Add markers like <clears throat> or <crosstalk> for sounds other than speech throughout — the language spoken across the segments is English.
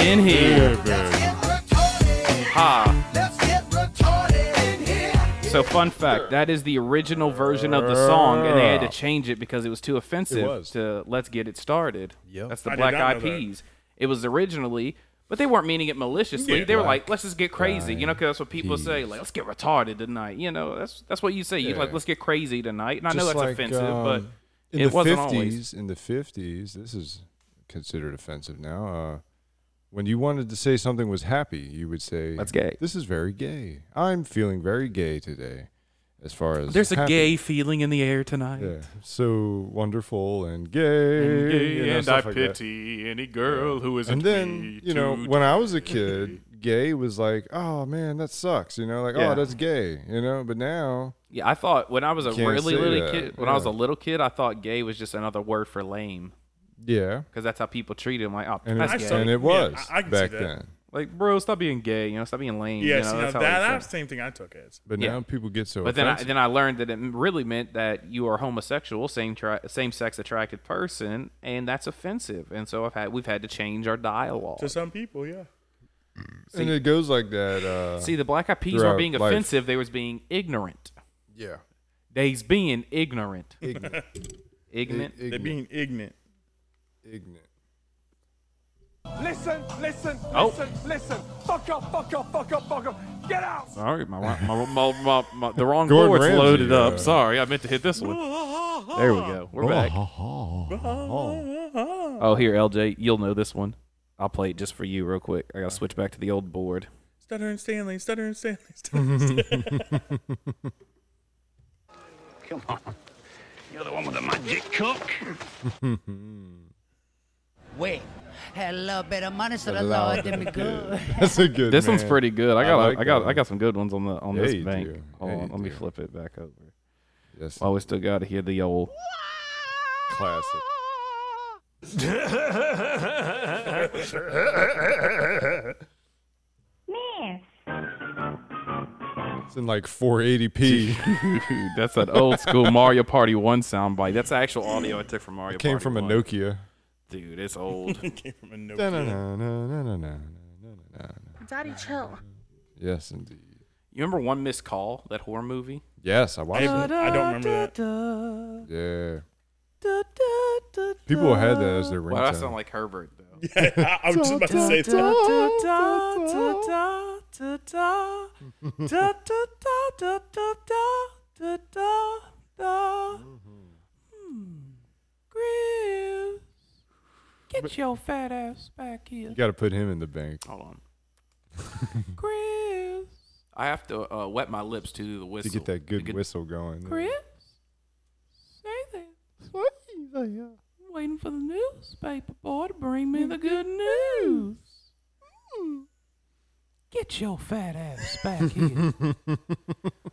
in here. Ha. So fun fact, that is the original version of the song, and they had to change it because it was too offensive It was. to "Let's Get It Started." Yep. that's the I did Black not Eyed know that. Peas. It was originally, but they weren't meaning it maliciously. Yeah. they were like, "Let's just get crazy," you know, because that's what people say. Like, "Let's get retarded tonight," you know. That's that's what you say. You like, "Let's get crazy tonight," and I know Just that's like, offensive, um, but in it the wasn't 50s, always. In the 50s, this is considered offensive now. Uh, when you wanted to say something was happy, you would say, That's gay. This is very gay. I'm feeling very gay today as far as. There's a happy." gay feeling in the air tonight. Yeah. So wonderful and gay. you know, stuff like that. any girl who And then, you know, when <laughs> I was a kid, gay was like, oh man, that sucks. You know, like, Yeah. oh, that's gay. You know, but now, Yeah, I thought when I was a Can't really say little that, kid, when I was a yeah. little kid, I thought gay was just another word for lame yeah. because that's how people treat him. Like, oh, And that's it, I gay. saw- and it yeah, was I- I can see back that. then. like, bro, stop being gay. You know, stop being lame. yes, you know, that's how that, they that's say. the same thing I took as. But Yeah. now people get so But then, I, offensive. then I learned that it m- really meant that you are homosexual, same tri- same sex attracted person, and that's offensive. And so I've had we've had to change our dialogue. To some people, yeah. and it goes like that. Uh, See, the black eyed peas throughout weren't being life. offensive; they was being ignorant. yeah, They's being ignorant. ignorant, Ignorant. They're ignorant, being ignorant. ignorant. Listen, listen, Oh. listen, listen. Fuck up, fuck up, fuck up, fuck up. Get out. Sorry, my, my, my, my, my, my the wrong Gordon board's Ramsay, loaded uh, up. Sorry, I meant to hit this one. There we go. We're back. Oh, here, LJ, you'll know this one. I'll play it just for you, real quick. I gotta switch back to the old board. Stutter and Stanley, Stutter and Stanley, <laughs> Stutter Mm-hmm. and Stanley. Come on. You're the one with the magic cook. Wait, had a little bit of money, so the Allow Lord it. <laughs> did me good. That's a good. This one's man. pretty good. I I got, I, like got, that I got some good ones on the on Yeah, this you bank. do. Hold Yeah, on, you let me do. flip it back over. Yes, While Oh, we still gotta hear the old. classic. It's in like <laughs> 480p. Dude, that's that old school Mario Party One soundbite. That's the actual audio I took from Mario. Came Party from a 1. Nokia. Dude, it's old. Came from a no- Da-na-na-na-na-na-na-na-na-na. Daddy, chill. Yes, indeed. you remember One Missed Call, that horror movie? Yes, I I, watched it. I don't remember that. Yeah. People had that as their ringtone. Why do I sound like Herbert though? I, I was just about to say that. Get your fat ass back here. you got to put him in the bank. Hold on. <laughs> Chris. I have to uh, wet my lips to the to whistle. get that good whistle going. Say that. oh, I'm waiting for the newspaper boy to bring me the good news. Hmm. Get your fat ass back <laughs> here.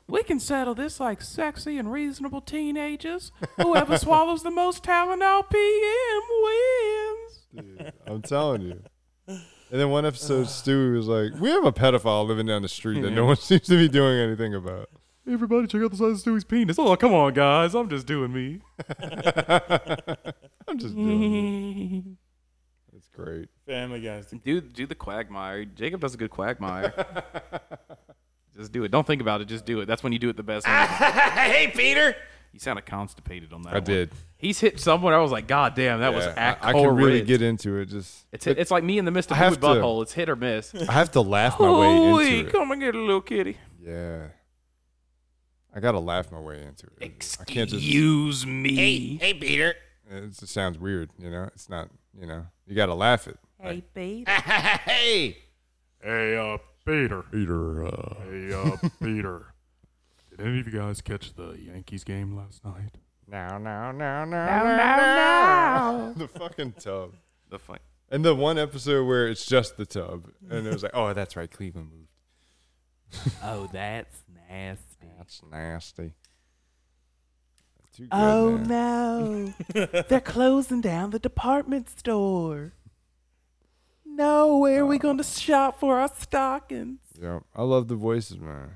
we can settle this like sexy and reasonable teenagers. Whoever swallows the most Tylenol PM wins. I'm telling you. And then one episode, Stewie was like, "We have a pedophile living down the <laughs> street that no one seems to be doing anything about." Everybody, check out the size of Stewie's penis. Oh, come on, guys. I'm just doing me. I'm just doing. it. It's great. Family Guys. Do do the quagmire. Jacob does a good quagmire. <laughs> just do it. Don't think about it. Just do it. That's when you do it the best. <laughs> hey, Peter. You sounded constipated on that. I one. did. He's hit somewhere. I was like, God damn, that was Yeah, ac- I, I can really horrid." get into it. Just It's hit, it's like me in the midst of I Howie have to- butthole. It's hit or miss. I have to laugh my way Ooh-wee, into it. come and get a little kitty. Yeah, I gotta laugh my way into it. I can't just. Excuse me. Hey, Peter. It just sounds weird, you know. It's not, you know. You gotta laugh it. Hey, baby. hey. Hey, uh, Peter. Peter, uh, Hey, uh, Peter. Did any of you guys catch the Yankees game last night? now, now, now, now, now, now. the fucking tub. The fuck. And the one episode where it's just the tub, and it was like, oh, that's right, Cleveland moved. <laughs> Oh, that's nasty. That's nasty. Too good, Oh man. no. <laughs> They're closing down the department store. No, where are we going to shop for our stockings? Yeah, I love the voices, man.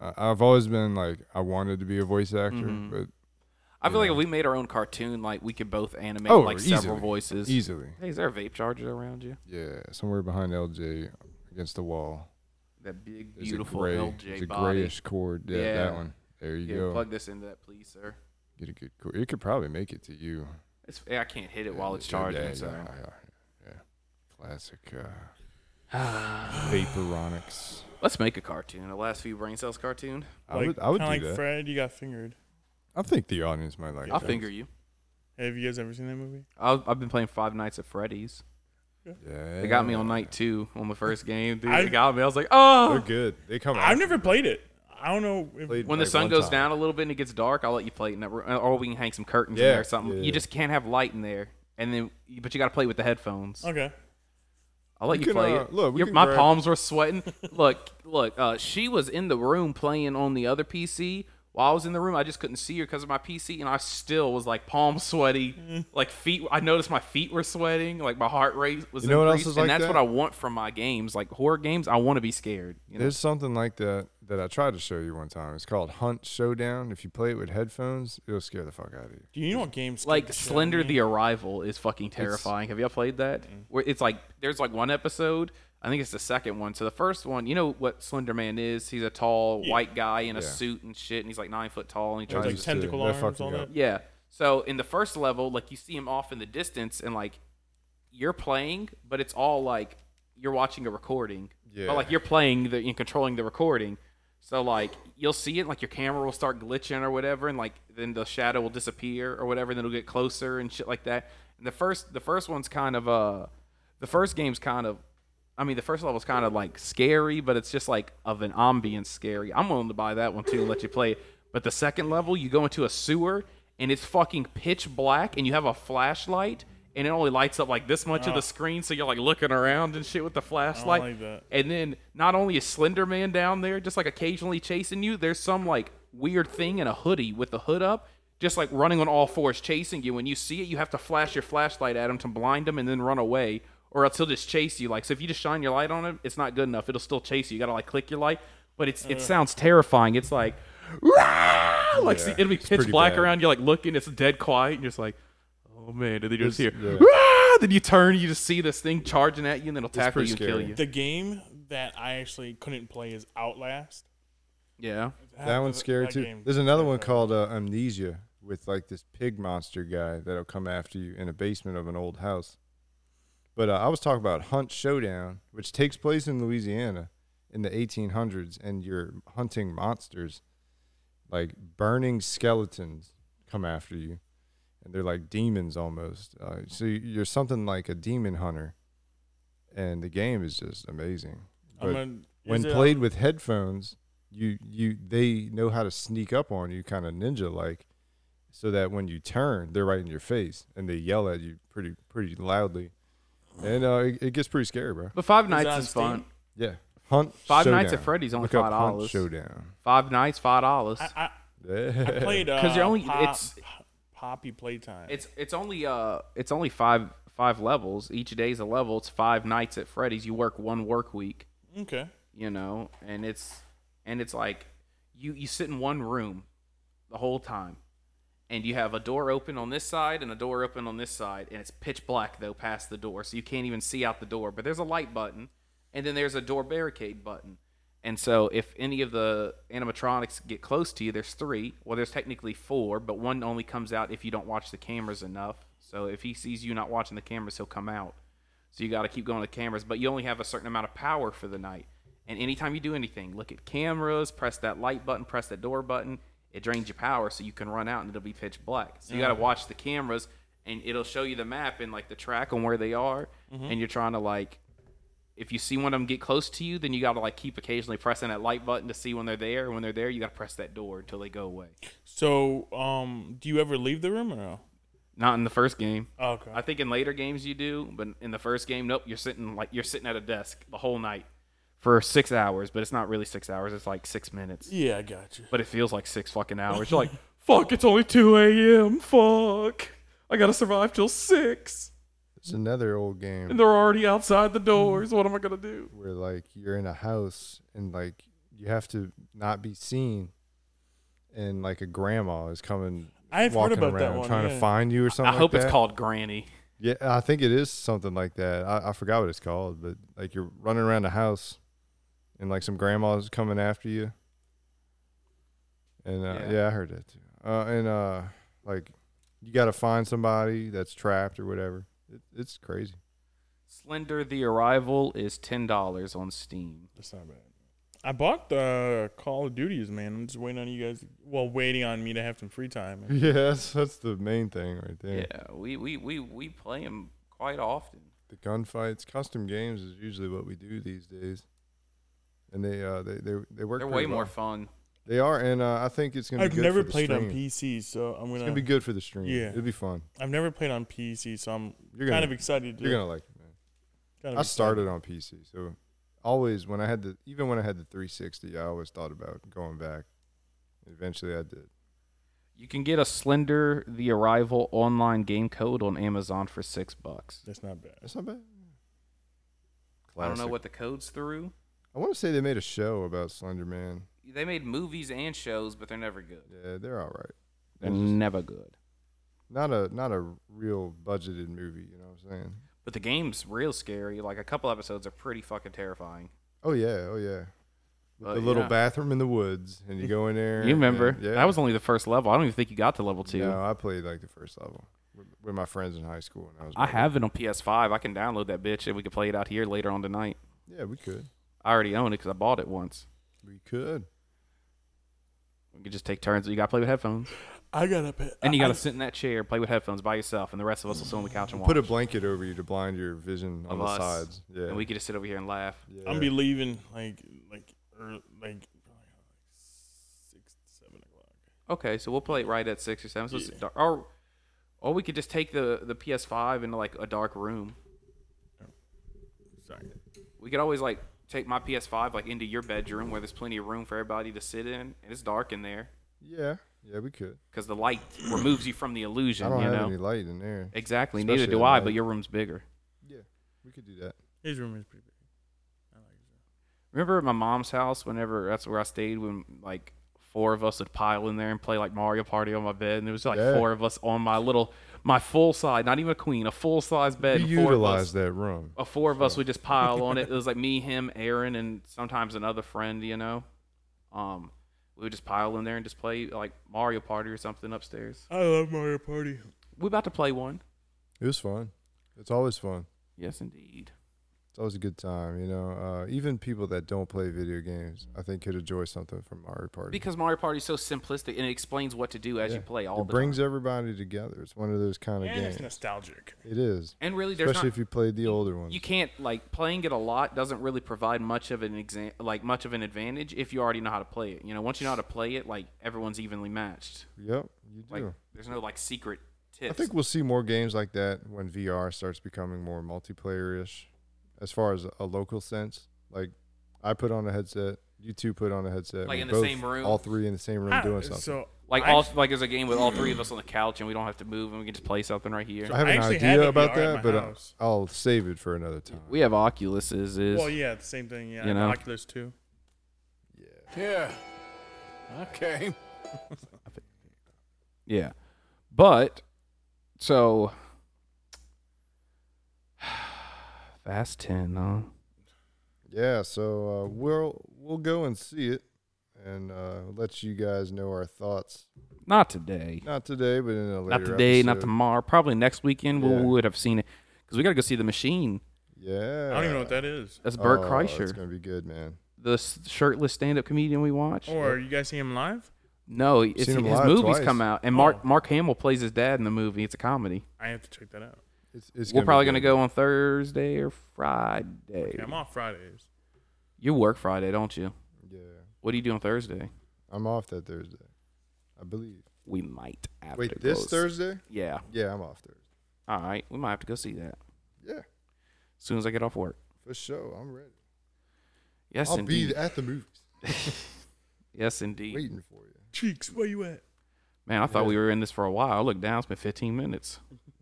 I, I've always been like, I wanted to be a voice actor, but I feel like if we made our own cartoon, like we could both animate Oh, like several easily. voices. Easily. Hey, is there a vape charger around you? Yeah, somewhere behind LJ against the wall. That big, There's beautiful a gray, LJ there's a body. grayish cord. Yeah, Yeah. that one. There you yeah, go. plug this into that, please, sir. Get a good cord. It could probably make it to you. It's, I can't hit it while it's Yeah, charging. yeah, so. yeah, yeah, yeah. Classic <sighs> uh, vaporonics. Let's make a cartoon. A last few brain cells cartoon. I Like, would, I would do kinda like that. Fred, you got fingered. I think the audience might like I'll that. finger you. Have you guys ever seen that movie? I've, I've been playing Five Nights at Freddy's. Yeah. They got me on night two on the first game. Dude, I- they got me. I was like, They're oh. good. They come out. I've never played it. I don't know. If, Played When the like sun one goes time. down a little bit and it gets dark, I'll let you play it. in that room, Or we can hang some curtains in Yeah, there or something. yeah. You just can't have light in there. And then, but you got to play with the headphones. Okay. I'll let We you can, play uh, it. look, we Your- can my grab- palms were sweating. <laughs> look, look. Uh, she was in the room playing on the other PC. While I was in the room, I just couldn't see her because of my PC, and I still was like palm Mm. sweaty, like feet. I noticed my feet were sweating, like my heart rate was. You know what else increased, is and like that's that? what I want from my games, like horror games. I want to be scared. You know? There's something like that that I tried to show you one time. It's called Hunt Showdown. If you play it with headphones, it'll scare the fuck out of you. Do you know what games? scared like the shit out of Slender me? the Arrival is fucking terrifying. Have y'all played that? Where it's like there's like one episode. I think it's the second one. So the first one, you know what Slender Man is? He's a tall white guy in a suit and shit, and he's like nine foot tall, and he tries I There's, to like used to- tentacle that arms, fucked all me that. up. yeah. So in the first level, like you see him off in the distance, and like you're playing, but it's all like you're watching a recording. Yeah. But like you're playing the and controlling the recording. So like you'll see it, like your camera will start glitching or whatever, and like then the shadow will disappear or whatever, and then it'll get closer and shit like that. And the first the first one's kind of uh the first game's kind of I mean the first level's kind of like scary, but it's just like of an ambience scary. I'm willing to buy that one too and let you play it. But the second level, you go into a sewer and it's fucking pitch black and you have a flashlight and it only lights up like this much of the screen, so you're like looking around and shit with the flashlight. Oh. like that. And then not only is Slender Man down there just like occasionally chasing you, there's some like weird thing in a hoodie with the hood up, just like running on all fours chasing you. When you see it, you have to flash your flashlight at him to blind him and then run away, or else he'll just chase you. Like so, if you just shine your light on him, it's not good enough. It'll still chase you. You gotta like click your light, but it's Mm. it sounds terrifying. It's like. "Rah!" Like see, it'll be pitch pretty black bad. around. You're like looking, it's dead quiet, and you're just like, "Oh man!" And then you just hear, It's- yeah. "Rah!" Then you turn, you just see this thing charging at you, and then it'll tackle pretty you and kill scary. you. The game that I actually couldn't play is Outlast. Yeah. That one's scary that too. game- There's another one called uh, Amnesia with like this pig monster guy that'll come after you in a basement of an old house. But uh, I was talking about Hunt Showdown, which takes place in Louisiana in the 1800s, and you're hunting monsters, like burning skeletons come after you, and they're like demons almost. Uh, so you're something like a demon hunter, and the game is just amazing. I'm But- gonna, is when it- um, played with headphones, you you they know how to sneak up on you, kind of ninja like, so that when you turn, they're right in your face and they yell at you pretty pretty loudly, and uh, it, it gets pretty scary, bro. But Five it on Nights is Steam? fun. Yeah, Hunt Five Nights Showdown. at Freddy's only Look up Hunt $5. Showdown. Five Nights, five dollars. I, I, I Yeah. played <laughs> because 'Cause uh, you're only- Pop- it's- Poppy Playtime. It's it's only uh it's only five five levels. Each day's a level. It's five nights at Freddy's. You work one work week, okay. you know, and it's and it's like you you sit in one room the whole time. And you have a door open on this side and a door open on this side, and it's pitch black though past the door, so you can't even see out the door. But there's a light button, and then there's a door barricade button. And so if any of the animatronics get close to you, there's three. Well, there's technically four, but one only comes out if you don't watch the cameras enough. So if he sees you not watching the cameras, he'll come out. So you got to keep going to the cameras, but you only have a certain amount of power for the night. And anytime you do anything, look at cameras, press that light button, press that door button, it drains your power so you can run out and it'll be pitch black. So you got to watch the cameras and it'll show you the map and like the track on where they are and you're trying to like if you see one of them get close to you, then you gotta like keep occasionally pressing that light button to see when they're there. And when they're there, you gotta press that door until they go away. So, um, do you ever leave the room or no? Not in the first game. Okay. I think in later games you do, but in the first game, nope. You're sitting like you're sitting at a desk the whole night for six hours, but it's not really six hours. It's like six minutes, yeah, I got you. but it feels like six fucking hours. You're like, fuck. It's only two a.m. Fuck. I gotta survive till six, There's another old game. and <laughs> they're already outside the doors. What am I gonna do? where like you're in a house and like you have to not be seen and like a grandma is coming I've heard walking about around that one. trying yeah. to find you or something. I like hope it's that. called Granny. Yeah, I think it is something like that. I, I forgot what it's called, but like you're running around the house, and like some grandma's coming after you. And uh, yeah. Yeah. I heard that too. Uh, and uh, like you got to find somebody that's trapped or whatever. It, it's crazy. <laughs> Slender: The Arrival is ten dollars on Steam. That's not bad. I bought the Call of Duties, man. I'm just waiting on you guys. Well, waiting on me to have some free time. Yeah, that's, that's the main thing right there. Yeah, we, we we we play them quite often. The gunfights, custom games is usually what we do these days. And they uh they they, they work. They're way pretty more well. fun. They are, and uh, I think it's gonna. I've be good never for the played on stream. PC, so I'm It's gonna. gonna be good for the stream. Yeah. it'll be fun. I've never played on PC, so I'm You're kind gonna- of excited. To, You're gonna like it, man. kind of I excited. started on PC, so always when I had the even when I had the 360, I always thought about going back. Eventually, I did. You can get a Slender: The Arrival online game code on Amazon for six bucks. That's not bad. That's not bad. I don't know Classic. what the code's through. I want to say they made a show about Slender Man. They made movies and shows, but they're never good. Yeah, they're all right. They're They're just never good. not a not a real budgeted movie. You know what I'm saying? But the game's real scary. Like a couple episodes are pretty fucking terrifying. Oh yeah, oh yeah. With Uh, the little yeah. bathroom in the woods, and you go in there. You remember? and- yeah, That was only the first level. I don't even think you got to level two. No, I played like the first level with, with my friends in high school, and I was. I have it on PS5. I can download that bitch and we can play it out here later on tonight. Yeah, we could. I already own it because I bought it once. We could. We could just take turns. You got to play with headphones. I gotta pay. And you I- got to sit in that chair, play with headphones by yourself, and the rest of us will sit on the couch and watch. Put a blanket over you to blind your vision on of the us, sides. Yeah. And we could just sit over here and laugh. yeah. I'm be leaving like like er, like probably like six seven o'clock. Okay, so we'll play it right at six or seven. So it's Yeah. dar- or, or we could just take the, the PS5 into like a dark room. Sorry. We could always like take my PS5 like into your bedroom where there's plenty of room for everybody to sit in, and it's dark in there yeah. Yeah, we could. because the <clears throat> light removes you from the illusion. I don't you have know any light in there. exactly. Especially Neither do at I, night. but your room's bigger. Yeah, we could do that. His room is pretty big. Remember at my mom's house? Whenever that's where I stayed when like four of us would pile in there and play like Mario Party on my bed, and there was like Yeah. four of us on my little my full size, not even a queen, a full size bed. We and four of us- utilize that room. uh, four of us would just pile on <laughs> it. It was like me, him, Aaron, and sometimes another friend, you know. Um, we would just pile in there and just play like Mario Party or something upstairs. I love Mario Party. We about to play one. It was fun. It's always fun. Yes, indeed. It's always a good time, you know. Uh, even people that don't play video games, I think, could enjoy something from Mario Party. Because Mario Party is so simplistic and it explains what to do as you Yeah. play all it the brings time. everybody together. It's one of those kind of And it's games. nostalgic. It is, and really, there's especially not, if you played the older ones. you can't like playing it a lot doesn't really provide much of an exam like much of an advantage if you already know how to play it. You know, once you know how to play it, like everyone's evenly matched. Yep, you do. Like there's no like secret tips. I think we'll see more games like that when VR starts becoming more multiplayer ish, as far as a local sense. Like, I put on a headset, you two put on a headset, Like we're in the same room? all three in the same room Ah, doing something. So Like I all like there's a game with all three of us on the couch and we don't have to move and we can just play something right here. I have I an actually idea have a about VR at that, my but I- house. I'll save it for another time. We have Oculuses. Is Well, yeah, the same thing. Yeah, You know? Oculus too. Yeah. Okay. yeah, but so <sighs> Fast Ten, huh? Yeah, so uh, we'll we'll go and see it, and uh, let you guys know our thoughts. Not today. Not today, but in a later not today. Not episode. tomorrow. Probably next weekend. Yeah. We would have seen it because we got to go see the machine. Yeah, I don't even know what that is. That's Bert Oh, It's Kreischer, gonna be good, man. the s- shirtless stand-up comedian we watch. Or you guys see him live? no, it's, Seen his him movies live twice. come out, and Mark Oh. Mark Hamill plays his dad in the movie. It's a comedy. I have to check that out. It's, it's We're be probably gonna good. go on Thursday or Friday. Yeah, I'm off Fridays. You work Friday, don't you? Yeah, What do you do on Thursday? I'm off that Thursday, I believe. We might have Wait, to this go s- Thursday? Yeah. Yeah, I'm off Thursday. All right. We might have to go see that as Yeah, soon as I get off work. for sure. I'm ready. Yes, I'll indeed. be at the movies Yes, indeed. waiting <laughs> for you. Cheeks, where you at? Man, I thought we were in this for a while. I looked down. It's been 15 minutes.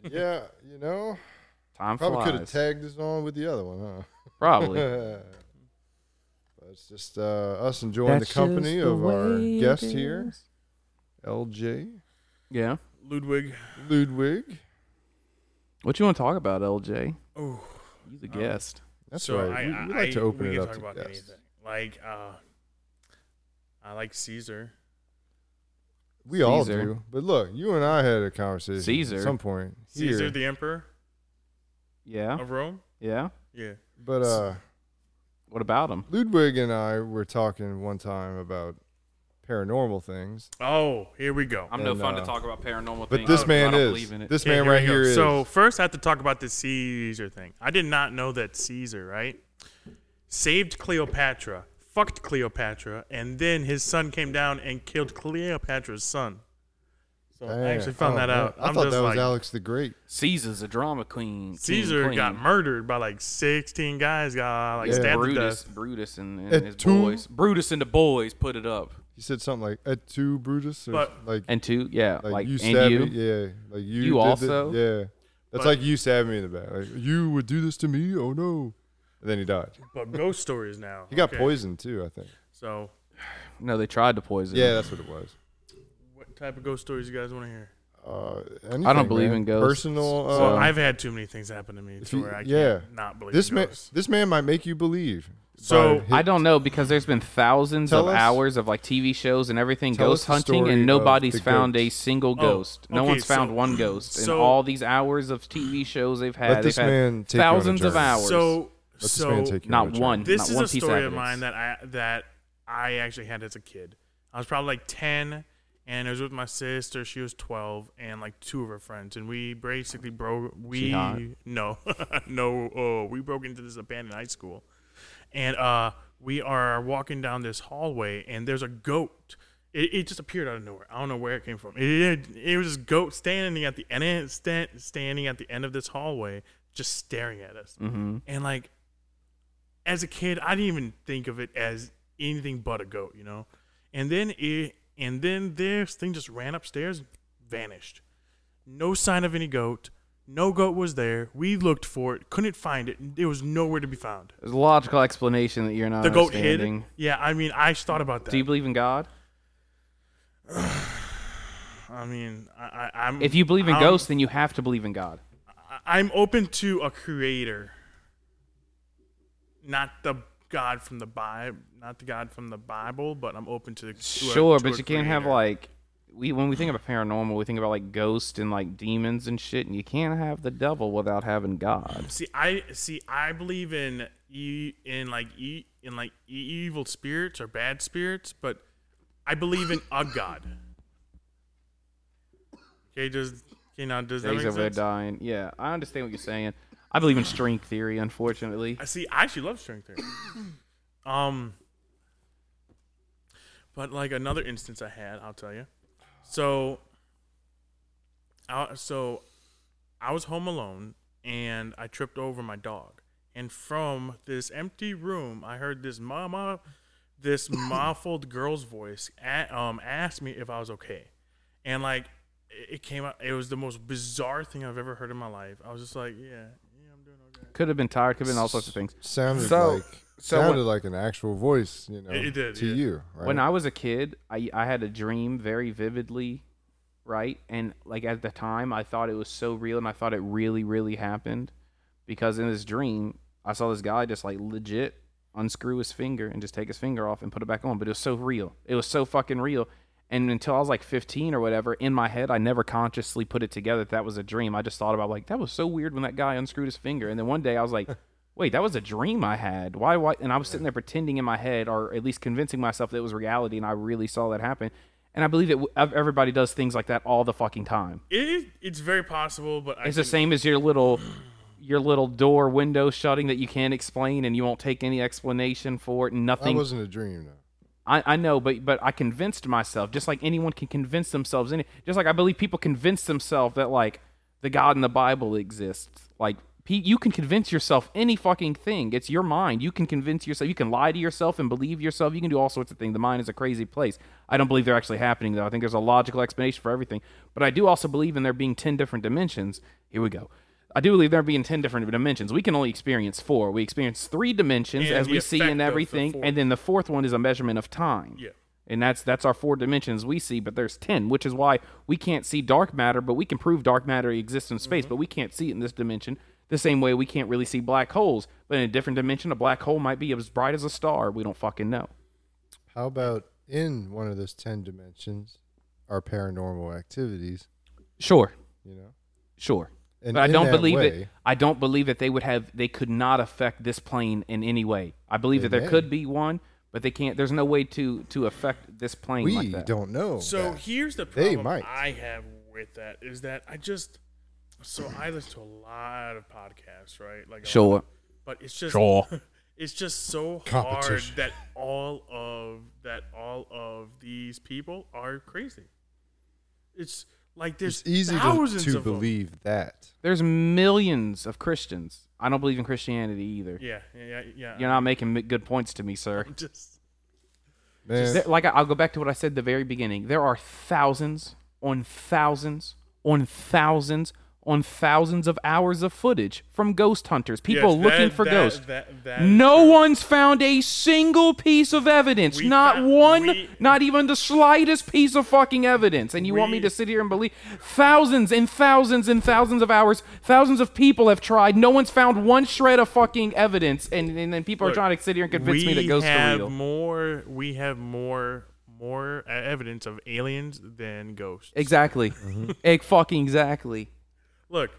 Yeah, you know, Time probably could have flies. tagged this on with the other one, huh? Probably. <laughs> but it's just uh, us enjoying the company of our guest here, LJ. Yeah. Ludwig. Ludwig. What you want to talk about, LJ? Oh, You the guest. That's so right. I, we, I, we like to I- open we it can up talk to about guests. anything. Like, uh, I like Caesar. We all Caesar. do. But look, you and I had a conversation Caesar. at some point. Caesar, here. the emperor Yeah. Oh. of Rome. Yeah. Yeah. but uh, What about him? Ludwig and I were talking one time about paranormal things. Oh, here we go. I'm no And, fun uh, to talk about paranormal But things. this I man don't is. believe in it. This Okay, man right we go. here is. So first, I have to talk about the Caesar thing. I did not know that Caesar right saved Cleopatra, fucked Cleopatra, and then his son came down and killed Cleopatra's son. So I actually found Oh, that man. out. I am thought just that was like, Alex the Great. Caesar's a drama queen. king, Caesar queen. got murdered by like 16 guys. Got like Yeah. stabbed to Brutus, death. Brutus, and, At and his two? boys. Brutus and the boys put it up. He said something like "et tu, Brutus," or But- like And two, yeah, like, like, you and stabbed you. me. Yeah, like You you. did thi- also? yeah, that's But- like you stabbed me in the back. Like you would do this to me. Oh no! And then he died. But ghost stories now. He got Okay, poisoned too. I think. So No, they tried to poison. Yeah, him. that's what it was. what type of ghost stories you guys want to hear? Uh, anything, I don't believe man. in ghosts. Personal. Uh, So- Well, I've had too many things happen to me if to you- where I yeah. can't not believe this in man, ghosts. this man might make you believe. by So, his- I don't know because there's been thousands Tell of us- hours of like TV shows and everything Tell ghost us the hunting, story and of nobody's the found a ghost. single ghost. no Oh, okay, one's found so- one ghost so- in all these hours of TV shows they've had. Let this they've had man take you on a thousands of journey. hours. So Let this so man take you Not on a journey. one. this Not is one a piece of story of, evidence. mine that I that I actually had as a kid. I was probably like ten, and I was with my sister. She was twelve, and like two of her friends, and we basically broke. We hot? no, <laughs> no. Oh, we broke into this abandoned high school, and uh, we are walking down this hallway, and there's a goat. It, it just appeared out of nowhere. I don't know where it came from. It it, it was this goat standing at the end, stand, standing at the end of this hallway, just staring at us. Mm-hmm. And like, as a kid, I didn't even think of it as anything but a goat, you know. And then it, and then this thing just ran upstairs, vanished. No sign of any goat. No goat was there. We looked for it, couldn't find it. It was nowhere to be found. there's a logical explanation that you're not The goat hid. understanding. Yeah, I mean, I thought about that. Do you believe in God? I mean, I, I, I'm. If you believe in I'm- ghosts, then you have to believe in God. I'm open to a creator, not the God from the Bible, not the God from the Bible, but I'm open to. to a- Sure, to but a you can't have creator. like we when we think about paranormal, we think about like ghosts and like demons and shit, and you can't have the devil without having God. See, I see. I believe in e in like e in like e- evil spirits or bad spirits, but I believe in <laughs> a god. Okay, does okay now does that He's make over there sense? dying. Yeah, I understand what you're saying. I believe in string theory, unfortunately. I see. I actually love string theory. um, but like another instance I had, I'll tell you. So, I, so I was home alone and I tripped over my dog. And from this empty room, I heard this mama, this muffled girl's voice a um, asked me if I was okay. And like, it- it came out, it was the most bizarre thing I've ever heard in my life. I was just like, yeah, yeah, I'm doing okay. Could have been tired. Could have been all sorts of things. Sounded So- like so sounded when- like an actual voice, you know, It- it did, to yeah. you. Right? When I was a kid, I I had a dream very vividly, right? And like at the time, I thought it was so real, and I thought it really, really happened, because in this dream, I saw this guy just like legit unscrew his finger and just take his finger off and put it back on. But it was so real. It was so fucking real. And until I was like 15 or whatever, in my head, I never consciously put it together that that was a dream. I just thought about like that was so weird when that guy unscrewed his finger. And then one day I was like, <laughs> wait, that was a dream I had. Why? Why? And I was sitting there pretending in my head, or at least convincing myself that it was reality, and I really saw that happen. And I believe that w- ev- everybody does things like that all the fucking time. It is, it's very possible, but I It's the can- same as your little your little door window shutting that you can't explain and you won't take any explanation for it and that nothing wasn't a dream though. I, I know, but but I convinced myself, just like anyone can convince themselves, any just like I believe people convince themselves that like the God in the Bible exists. Like Pete, you can convince yourself any fucking thing. It's your mind. You can convince yourself. You can lie to yourself and believe yourself. You can do all sorts of things. The mind is a crazy place. I don't believe they're actually happening though. I think there's a logical explanation for everything. But I do also believe in there being ten different dimensions. Here we go. I do believe there being ten different dimensions. We can only experience four. We experience three dimensions And as the we see effect of in the everything, fourth. and then the fourth one is a measurement of time. Yeah. And that's that's our four dimensions we see, but there's ten, which is why we can't see dark matter, but we can prove dark matter exists in space, but we can't see it in this dimension. The same way we can't really see black holes, but in a different dimension, a black hole might be as bright as a star. We don't fucking know. How about in one of those 10 dimensions are paranormal activities, Sure, you know? sure. And but I in don't that believe it. way- I don't believe that they would have. They could not affect this plane in any way. I believe that They there may. could be one, but they can't. There's no way to to affect this plane We like that. don't know. So that. here's the They problem might. I have with that is that I just so I listen to a lot of podcasts, right? Like a Sure. lot, but it's just Sure. <laughs> it's just so hard Competition. that all of that all of these people are crazy. It's like there's it's easy to, thousands to of them. believe that. There's millions of Christians. I don't believe in Christianity either. Yeah, yeah, yeah. You're not making mi- good points to me, sir. I'm <laughs> just Man, There- like I- I'll go back to what I said at the very beginning. There are thousands on thousands on thousands on thousands of hours of footage from ghost hunters, people Yes, looking that- for that- ghosts. that- that is no true. one's found a single piece of evidence. We not found- one, we- not even the slightest piece of fucking evidence. And you want me We- to sit here and believe thousands and thousands and thousands of hours, thousands of people have tried. No one's found one shred of fucking evidence. And, and then people are Look, trying to sit here and convince me that we ghosts are have real. more. We have more more uh, evidence of aliens than ghosts. <laughs> Exactly. Egg fucking exactly. Look,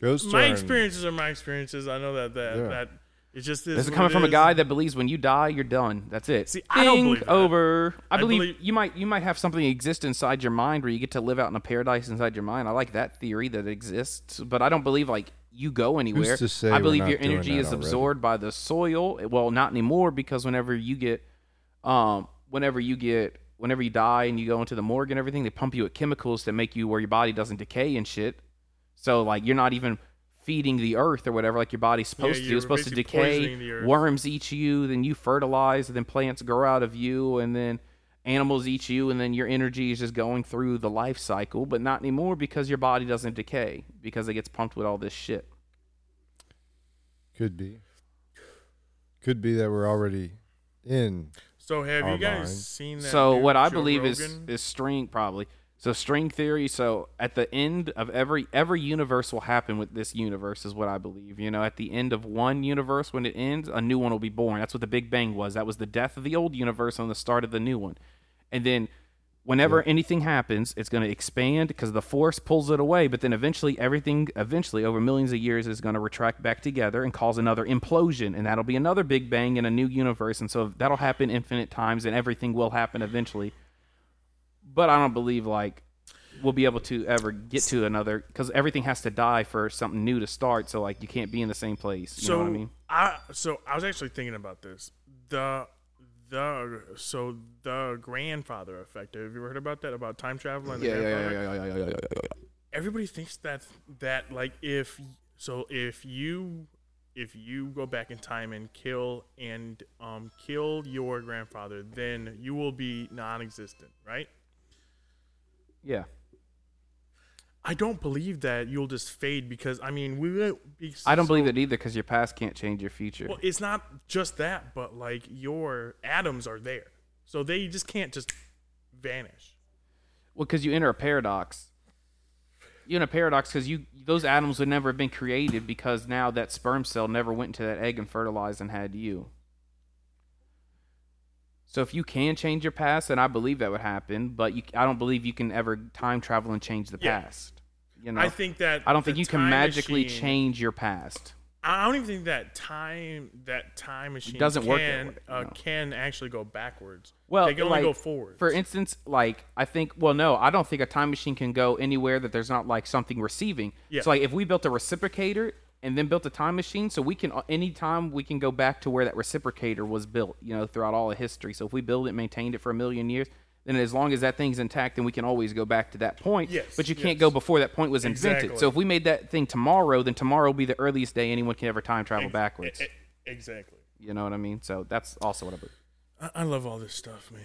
ghosts my are- experiences are my experiences. I know that that Yeah. that it's just this. This is coming from a guy that believes when you die, you're done. That's it. See, I don't Ding, believe that. over. I I believe, believe- you might you might have something exist inside your mind where you get to live out in a paradise inside your mind. I like that theory that exists, but I don't believe like you go anywhere. to say I we're believe not your doing energy that is already? absorbed by the soil. Well, not anymore because whenever you get um whenever you get whenever you die and you go into the morgue and everything, they pump you with chemicals that make you where your body doesn't decay and shit. So like you're not even feeding the earth or whatever like your body's supposed to do. you're It's supposed to basically decay. poisoning the earth. Worms eat you, then you fertilize, and then plants grow out of you, and then animals eat you, and then your energy is just going through the life cycle, but not anymore because your body doesn't decay because it gets pumped with all this shit. Could be. Could be that we're already in. So have you Our guys mind. seen that? so dude, what I Joe believe Rogan? is is string probably. So string theory. So at the end of every every universe will happen with this universe is what I believe. You know, at the end of one universe when it ends, a new one will be born. That's what the Big Bang was. That was the death of the old universe and the start of the new one. And then whenever anything happens, it's going to expand because the force pulls it away. But then eventually everything, eventually over millions of years, is going to retract back together and cause another implosion, and that'll be another Big Bang in a new universe. And so that'll happen infinite times, and everything will happen eventually but I don't believe like we'll be able to ever get to another because everything has to die for something new to start. So like you can't be in the same place. You so know what I mean? I so I was actually thinking about this. The the so the grandfather effect. Have you heard about that? About time travel and the grandfather? yeah, yeah, yeah, yeah, everybody thinks that that like if so if you if you go back in time and kill and um kill your grandfather then you will be non-existent right i don't believe that you'll just fade because i mean we will be I don't believe it either because your past can't change your future. well, it's not just that but like your atoms are there so they just can't just vanish Well, because you enter a paradox. You enter a paradox because you those atoms would never have been created because now that sperm cell never went into that egg and fertilized and had you. So if you can change your past, then I believe that would happen. But you, I don't believe you can ever time travel and change the Yeah. past. You know, i think that I don't think the you can time magically machine- change your past. I don't even think that time that time machine doesn't can, work that way, uh, no. can actually go backwards. Well, they can like, only go E, forward. For instance, like I think, well, no, I don't think a time machine can go anywhere that there's not like something receiving. Yeah. So, like, if we built a reciprocator and then built a time machine, so we can uh, anytime we can go back to where that reciprocator was built, you know, throughout all of history. So, if we build it, maintained it for a million years, then as long as that thing's intact, then we can always go back to that point. Yes, But you can't yes. go before that point was invented. Exactly. So, if we made that thing tomorrow, then tomorrow will be the earliest day anyone can ever time travel backwards. E- e- exactly. you know what I mean? So that's also what I believe. I, I love all this stuff, man.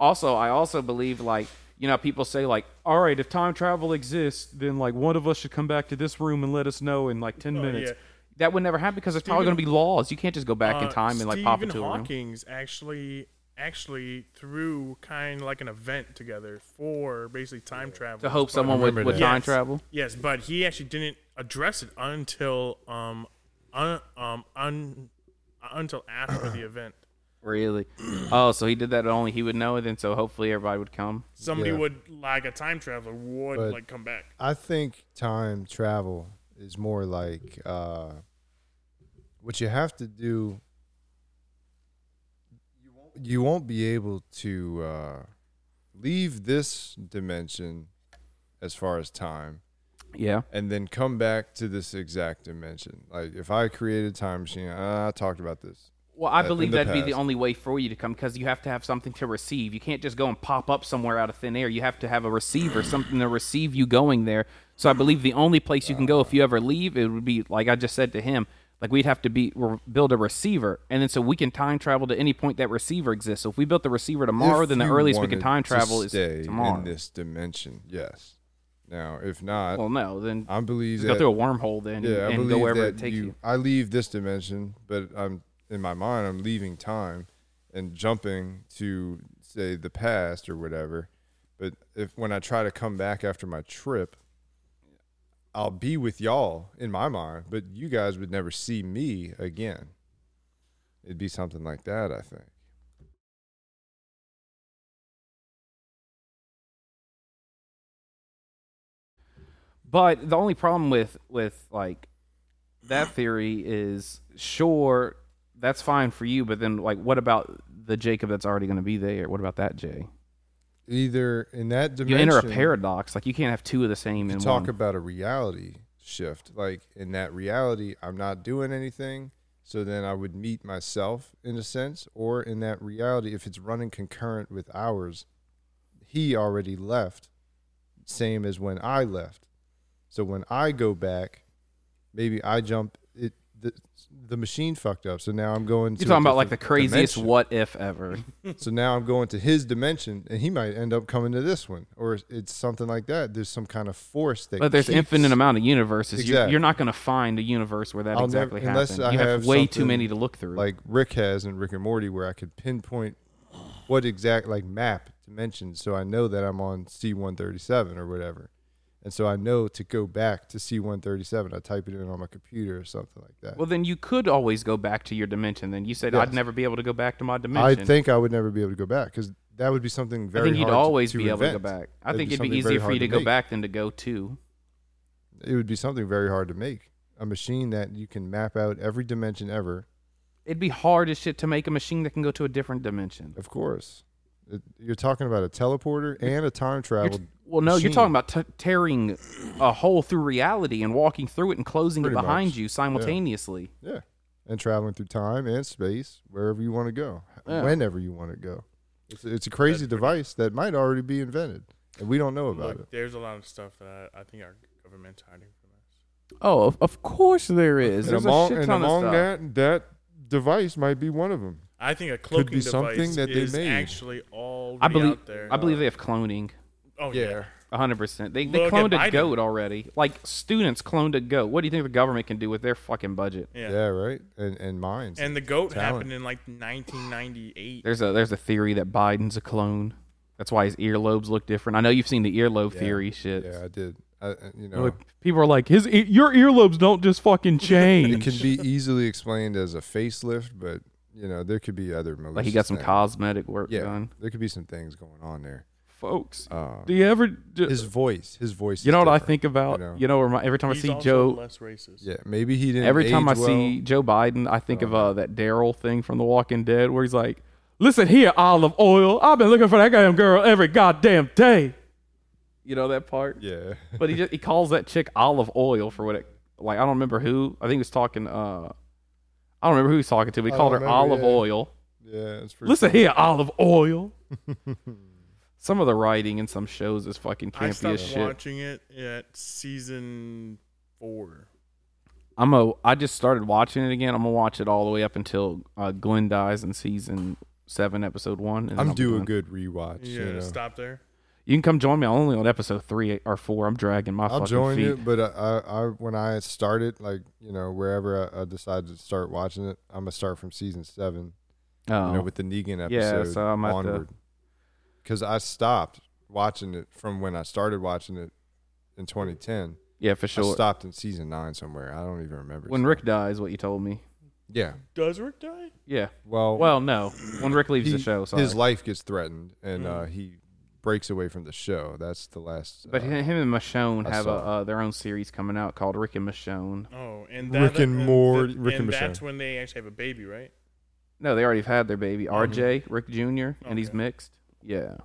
also i also believe like you know people say like all right if time travel exists then like one of us should come back to this room and let us know in like 10 Oh, minutes yeah. that would never happen because there's probably going Stephen- to be laws you can't just go back in Uh, time and like Stephen pop into a room Hawking's actually actually threw kind of like an event together for basically time travel To help someone with- Remember with that. time Yes. travel? Yes, but he actually didn't address it until um un, um un, until after the event. Really? <clears throat> oh, so he did that only he would know, and then so hopefully everybody would come. Somebody Yeah. would like a time traveler would But like come back. I think time travel is more like uh, what you have to do. You won't be able to uh, leave this dimension as far as time. Yeah. And then come back to this exact dimension. Like, if I created a time machine, I I talked about this. Well, I uh, in believe that'd be the past. only way for you to come because you have to have something to receive. You can't just go and pop up somewhere out of thin air. You have to have a receiver, something to receive you going there. So I believe the only place you can go if you ever leave, it would be like I just said to him, like we'd have to be re- build a receiver, and then so we can time travel to any point that receiver exists. So if we built the receiver tomorrow, If then the you earliest we can wanted time to travel is stay tomorrow. in this dimension. Yes. Now, if not, Well, no, then I believe just that, go through a wormhole then Yeah, I and go believe wherever that it takes you. I leave this dimension, but I'm in my mind. I'm leaving time and jumping to say the past or whatever. But if when I try to come back after my trip, I'll be with y'all in my mind, but you guys would never see me again. It'd be something like that, I think. But the only problem with with like that theory is sure that's fine for you, but then like what about the Jacob that's already going to be there? What about that Jay? Either in that You dimension, enter a paradox. Like you can't have two of the same to in talk one. about a reality shift. Like in that reality, I'm not doing anything. So then I would meet myself in a sense, or in that reality, if it's running concurrent with ours, he already left, same as when I left. So when I go back, maybe I jump it. The, the machine fucked up, so now I'm going. to You're a talking about like the different craziest dimension what if ever. so now I'm going to his dimension, and he might end up coming to this one, or it's something like that. There's some kind of force that. But there's keeps- infinite amount of universes. You're, Exactly. you're not going to find a universe where that I'll never- exactly unless happens. I you have, have way too something many to look through. like Rick has in Rick and Morty, where I could pinpoint what exact like map dimension, so I know that I'm on C137 or whatever, and so I know to go back to C137. I type it in on my computer or something like that. well, then you could always go back to your dimension. Then you said I'd Yes. never be able to go back to my I dimension. think I would never be able to go back because that would be something I very. think you'd hard to- always to be able to go invent. back. I think That'd be it'd be something easier very for hard you to go make. back than to go to. It would be something very hard to make. A machine that you can map out every dimension ever It'd be hard as shit to make a machine that can go to a different dimension. Of course. It- You're talking about a teleporter and a time You're travel. t- well, no, machine. you're talking about t- tearing a hole through reality and walking through it and closing Pretty it behind much. you simultaneously. Yeah. And traveling through time and space, wherever you want to go, h- Yeah. whenever you want to go. It's, it's a crazy device that might already be invented, and we don't know about Look, there's a lot of stuff that I, I think our government's hiding from us. Oh, of, of course there it. is. And There's among, a shit and ton among of stuff. that, that device might be one of them. I think a cloaking Could be something device that they is made. actually all I believe out there. I believe they have cloning. oh yeah. 100%. They, they Look at cloned a Biden. goat already. Like, students cloned a goat. What do you think the government can do with their fucking budget? yeah, Yeah, right? And, and mines. And the goat Talent. happened in like 1998. There's a there's a theory that Biden's a clone. That's why his earlobes look different. I know you've seen the earlobe theory shit. yeah, I did. I, I- you know, Like, people are like, his e- your earlobes don't just <laughs> fucking <laughs> it change. can be easily explained as a facelift, but, you know, there could be other malicious like he got some things. cosmetic work Yeah, done. there could be some things going on there. Folks, Uh, do you ever? ju- his voice, his voice. you know is what I different, think about? You know, remi- every time I He's see also Joe, less racist. Yeah, maybe he didn't. every time I age well. Uh-huh. see Joe Biden, I think of uh, that Daryl thing from The Walking Dead, where he's like, "Listen here, olive oil, I've been looking for that goddamn girl every goddamn day." You know that part? Yeah, <laughs> but he just he calls that chick olive oil for what it like I don't remember who I think he was talking uh I don't remember who he was talking to but he I called her don't remember, olive yeah. oil yeah. It's pretty listen here olive <laughs> oil some of the writing in some shows is fucking I campy stopped as shit watching it at season four. I'm a I just started watching it again I'm gonna watch it all the way up until uh, Glenn dies in season seven episode one and then I'll I'm be due a done. good rewatch. Yeah, you know. stop there. you can come join me only on episode three or four I'm dragging my I'll fucking join feet you, but I, I, I, when I started, like you know, wherever I, I decided to start watching it, I'm gonna start from season seven, you know, Oh. with the Negan episode Yeah, so I'm at the- onward. Because I stopped watching it from when I started watching it in 2010. Yeah, for I sure. stopped in season nine somewhere. I don't even remember. When Rick dies, what you told me. yeah, Does Rick die? Yeah. well, Well, no. When Rick leaves the he- show, sorry. Mm. his life gets threatened, and uh, he breaks away from the show. That's the last. But uh, him him and Michonne I have a, saw uh, their own series coming out called Rick and Michonne. Oh, and Rick and Morty- th- Rick and and that's Michonne. when they actually have a baby, right? No, they already have had their baby, Mm-hmm. RJ, Rick Jr., and he's Okay. mixed. Yeah.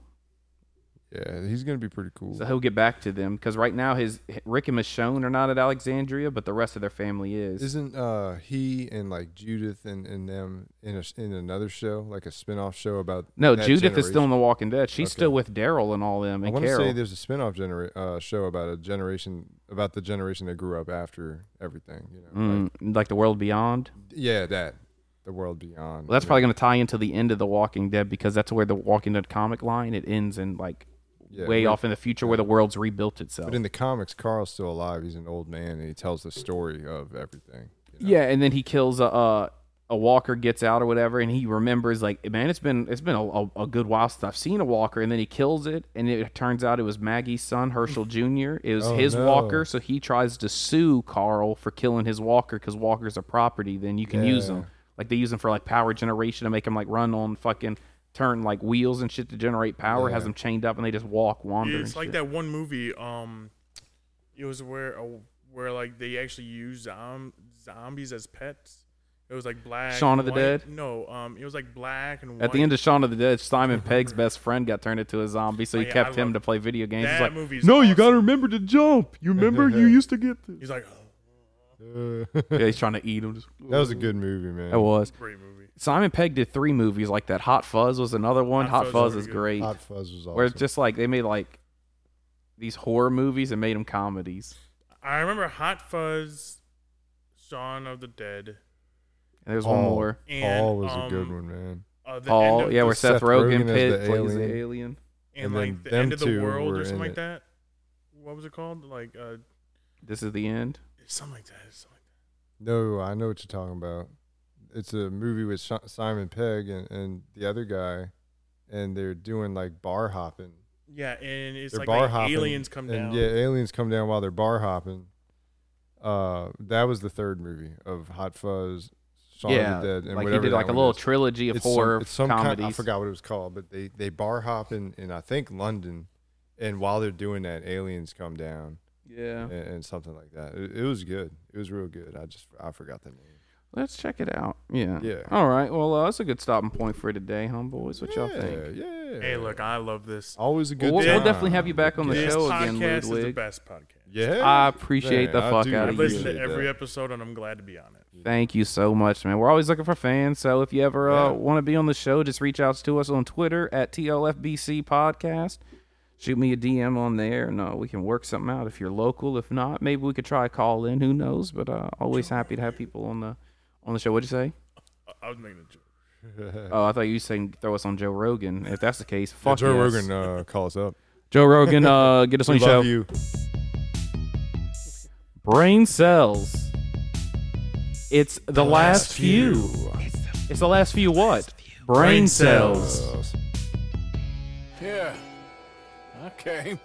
yeah, he's gonna be pretty cool. So he'll get back to them because right now his Rick and Michonne are not at Alexandria, but the rest of their family is. Isn't uh he and like Judith and, and them in a, in another show like a spin-off show about no, that Judith is still in generation? The Walking Dead. She's Okay. still with Daryl and all them I and want to Carol. say there's a spin-off genera- uh, show about a generation about the generation that grew up after everything. You know, Mm, like, like the world beyond. yeah, that the world beyond. Well, that's probably going to tie into the end of The Walking Dead because that's where the Walking Dead comic line it ends in like Yeah, way we're- off in the future where the world's rebuilt itself. But in the comics, Carl's still alive. He's an old man, and he tells the story of everything. you know? Yeah, and then he kills a, a a walker gets out or whatever, and he remembers like, man, it's been it's been a, a, a good while since I've seen a walker, and then he kills it, and it turns out it was Maggie's son Herschel <laughs> Jr. It was Oh, his no. walker, so he tries to sue Carl for killing his walker because walkers are property. Then you can use Yeah. them, like they use them for like power generation to make them like run on fucking turn like wheels and shit to generate power, has them chained up, and they just walk wander. It's like that one movie. Um, it was where uh, where like they actually used zom- zombies as pets. It was like black. Shaun of the white- Dead? No, um, it was like black and At the white. end of Shaun of the Dead, <laughs> Simon Pegg's best friend got turned into a zombie, so he Oh, yeah, kept I him love- to play video games. He's that like, movie's No, you gotta awesome. remember to jump. You remember <laughs> you used to get this. He's like, oh, yeah, he's trying to eat him. Just, <laughs> that was a good movie, man. That was. great movie. Simon Pegg did three movies like that. Hot Fuzz was another one. Hot, Hot Fuzz Fuzz, was is pretty good. great. Hot Fuzz was awesome. Where it's just like they made like these horror movies and made them comedies. I remember Hot Fuzz, Shaun of the Dead, And there's one Paul. more. and Paul was a good um, one, man. Uh, the Paul, end of, yeah, where the Seth, Seth Rogen, Rogen as pit, the plays the alien. alien. and, and then like the them end of the two world were or something in like it. that. What was it called? Like uh, This is the end. something like that. Something like No, I know what you're talking about. It's a movie with Sh- Simon Pegg and, and the other guy, and they're doing like bar hopping. that. Yeah, and it's they're like, bar like hopping. aliens come and down. Yeah, aliens come down while they're bar hopping. Uh, that was the third movie of Hot Fuzz, Shaun yeah, of the Dead, and like he whatever did that like a one little is. trilogy of It's some- horror it's some kind- comedies. I forgot what it was called, but they they bar hop in, in I think London, and while they're doing that, aliens come down Yeah, and, and something like that. It, it was good. It was real good. I just I forgot the name. let's check it out. Yeah. Yeah. All right. Well, uh, that's a good stopping point for today, homeboys. What y'all think? Yeah, yeah. Hey, look, I love this. always a Well, good. we'll, we'll time. definitely have you back on the this show again, podcast is the Ludwig. best podcast. Yeah, I appreciate the I fuck do outta I've you. listened to appreciate every that. episode, and I'm glad to be on it. Thank you so much, man. We're always looking for fans. So if you ever uh, Yeah. want to be on the show, just reach out to us on Twitter at TLFBC Podcast. Shoot me a DM on there, and uh, we can work something out. If you're local, if not, maybe we could try a call in. Who knows? But uh, always happy to have people on the on the show. What'd you say? I- I was making a joke. Oh, I thought you were saying throw us on Joe Rogan. If that's the case, Yeah, fuck Joe yes. Rogan, uh, call us up. Joe Rogan, <laughs> uh, get us on We your show. love you. Brain cells. It's the, last, few. It's the last few what? Brain, cells. Uh, Yeah. Okay.